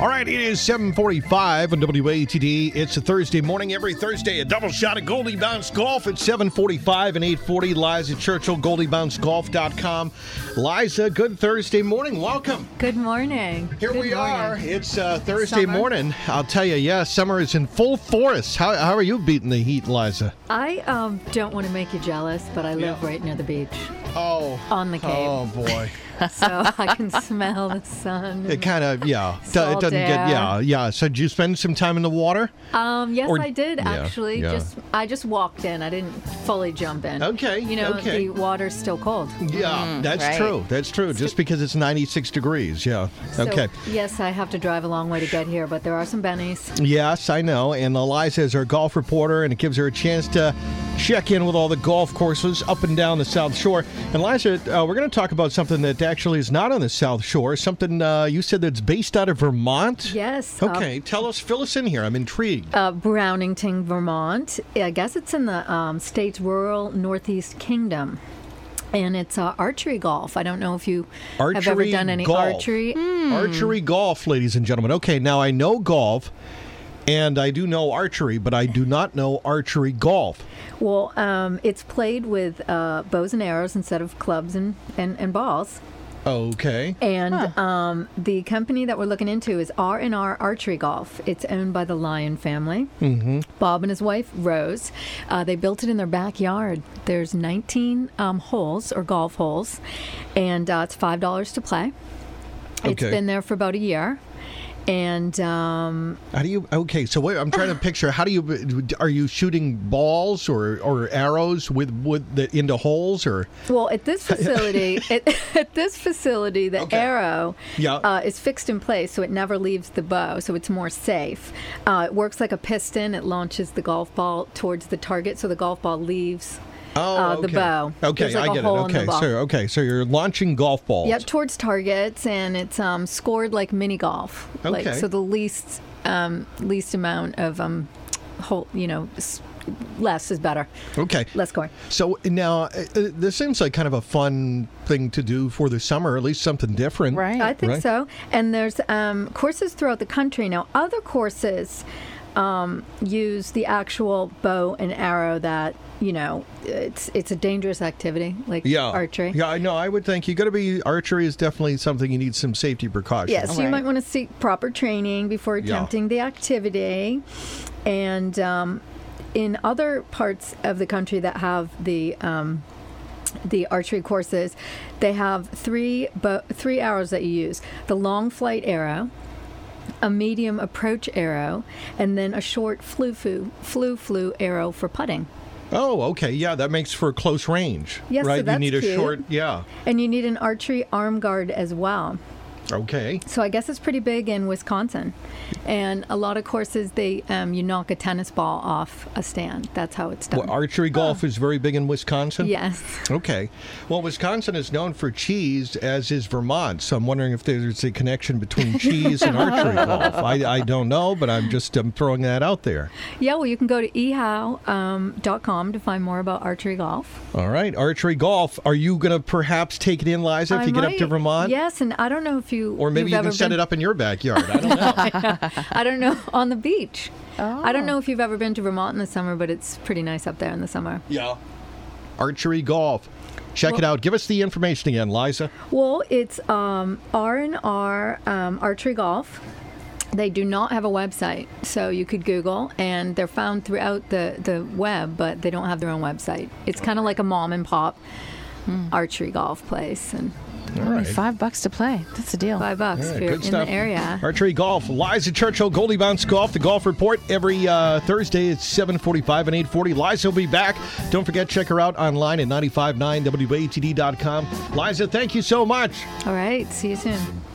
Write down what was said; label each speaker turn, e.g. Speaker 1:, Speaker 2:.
Speaker 1: All right, it is 745 on WATD. It's a Thursday morning. Every Thursday, a double shot of Goldie Bounce Golf at 745 and 840. Liza Churchill, goldiebouncegolf.com. Liza, good Thursday morning. Welcome.
Speaker 2: Good morning.
Speaker 1: Here
Speaker 2: Good
Speaker 1: we
Speaker 2: morning.
Speaker 1: are. It's uh, Thursday
Speaker 2: Summer.
Speaker 1: morning. I'll tell you, yeah, summer is in full force. How, how are you beating the heat, Liza?
Speaker 2: I um, don't want to make you jealous, but I live
Speaker 1: Yeah.
Speaker 2: right near the beach,
Speaker 1: Oh,
Speaker 2: On the Cape.
Speaker 1: Oh, boy.
Speaker 2: so I can smell the sun.
Speaker 1: It kind of, yeah. do- it
Speaker 2: Salt
Speaker 1: doesn't get,
Speaker 2: down.
Speaker 1: yeah, yeah. So, did you spend some time in the water?
Speaker 2: Um, yes,
Speaker 1: Or-
Speaker 2: I did
Speaker 1: yeah,
Speaker 2: actually.
Speaker 1: yeah.
Speaker 2: Just I just walked in. I didn't fully jump in.
Speaker 1: Okay,
Speaker 2: You know
Speaker 1: okay.
Speaker 2: the water's still cold.
Speaker 1: Yeah, that's
Speaker 3: right.
Speaker 1: true. That's true. Just because it's 96 degrees. Yeah.
Speaker 2: So,
Speaker 1: okay.
Speaker 2: Yes, I have to drive a long way to get here, but there are some bennies.
Speaker 1: Yes, I know. And Eliza is our golf reporter, and it gives her a chance to check in with all the golf courses up and down the South Shore. And Eliza, uh, we're going to talk about something that actually is not on the South Shore. Something uh, you said that's based out of Vermont.
Speaker 2: Yes. uh,
Speaker 1: Okay, tell us, fill us in here. I'm intrigued.
Speaker 2: uh, Brownington, Vermont. I guess it's in the um, state's rural Northeast Kingdom. And it's uh, archery golf. I don't know if you have ever
Speaker 1: Archery
Speaker 2: done any
Speaker 1: golf.
Speaker 2: archery.
Speaker 1: Archery golf, ladies and gentlemen. Okay, now I know golf, and I do know archery, but I do not know archery golf.
Speaker 2: Well, um, it's played with uh, bows and arrows instead of clubs and, and, and balls.
Speaker 1: Okay.
Speaker 2: And um, the company that we're looking into is R and R Archery Golf. It's owned by the Lyon family. Mm-hmm. Bob and his wife Rose. Uh, they built it in their backyard. There's 19 um, holes or golf holes, and uh, it's five dollars to play. It's
Speaker 1: Okay.
Speaker 2: been there for about a year, and um,
Speaker 1: How do you? Okay, so wait, I'm trying to picture. How do you? Are you shooting balls or or arrows with with the, into holes or?
Speaker 2: Well, at this facility, at, at this facility, the
Speaker 1: Okay.
Speaker 2: arrow
Speaker 1: Yeah.
Speaker 2: uh, is fixed in place, so it never leaves the bow, so it's more safe. Uh, it works like a piston; it launches the golf ball towards the target, so the golf ball leaves
Speaker 1: Oh,
Speaker 2: uh, the
Speaker 1: okay.
Speaker 2: bow.
Speaker 1: Okay,
Speaker 2: There's like
Speaker 1: I
Speaker 2: a
Speaker 1: get it.
Speaker 2: hole in the
Speaker 1: Okay,
Speaker 2: ball.
Speaker 1: so okay, so you're launching golf balls.
Speaker 2: Yep, towards targets, and it's um, scored like mini golf. Like,
Speaker 1: Okay.
Speaker 2: so the least um, least amount of um, hole, you know, s- less is better.
Speaker 1: Okay.
Speaker 2: Less scoring.
Speaker 1: So now uh, uh, this seems like kind of a fun thing to do for the summer, at least something different.
Speaker 3: Right.
Speaker 2: I think
Speaker 1: right?
Speaker 2: so. And there's um, courses throughout the country now. Other courses um, use the actual bow and arrow. That you know, it's it's a dangerous activity like
Speaker 1: Yeah.
Speaker 2: archery.
Speaker 1: Yeah, I know. I would think you got to be archery is definitely something you need some safety precautions.
Speaker 2: Yes, you
Speaker 3: Right.
Speaker 2: might want to seek proper training before
Speaker 1: Yeah.
Speaker 2: attempting the activity. And um, in other parts of the country that have the um, the archery courses, they have three bo- three arrows that you use: the long flight arrow, a medium approach arrow, and then a short flu flu flu flu arrow for putting.
Speaker 1: Oh, okay. Yeah, that makes for close range.
Speaker 2: Yes, so
Speaker 1: right. you
Speaker 2: that's
Speaker 1: need a
Speaker 2: cute.
Speaker 1: short. Yeah.
Speaker 2: And you need an archery arm guard as well.
Speaker 1: Okay.
Speaker 2: So I guess it's pretty big in Wisconsin, and a lot of courses they um, you knock a tennis ball off a stand. That's how it's done.
Speaker 1: Well, archery golf is very big in Wisconsin.
Speaker 2: yes,
Speaker 1: Okay. Well, Wisconsin is known for cheese, as is Vermont. So I'm wondering if there's a connection between cheese and archery golf. I, I don't know, but I'm just um throwing that out there.
Speaker 2: yeah. Well, you can go to ehow.com um, dot com to find more about archery golf.
Speaker 1: All right, archery golf. Are you going to perhaps take it in, Liza, if
Speaker 2: I
Speaker 1: you get up to
Speaker 2: might-
Speaker 1: Vermont?
Speaker 2: yes, and I don't know if you
Speaker 1: Or maybe
Speaker 2: you've
Speaker 1: you
Speaker 2: ever
Speaker 1: can set
Speaker 2: been,
Speaker 1: it up in your backyard. I don't know.
Speaker 2: I don't know on the beach. I
Speaker 3: Oh.
Speaker 2: don't know if you've ever been to Vermont in the summer, but it's pretty nice up there in the summer.
Speaker 1: yeah. Archery golf. Check it out. Give us the information again, Liza.
Speaker 2: Well, it's um, R&R um, Archery Golf. They do not have a website, so you could Google, and they're found throughout the, the web, but they don't have their own website. It's kind of like a mom and pop
Speaker 1: Hmm.
Speaker 2: archery golf place, and
Speaker 1: All right.
Speaker 3: Five bucks to play. That's a deal.
Speaker 2: five bucks
Speaker 1: All right,
Speaker 2: if you're in
Speaker 1: good stuff.
Speaker 2: the area.
Speaker 1: Archery golf. Liza Churchill, Goldie Bounce Golf, the Golf Report every uh, Thursday at 7:45 and 8:40. Liza will be back. Don't forget, check her out online at 959watd.com. Liza, thank you so much.
Speaker 2: All right, see you soon.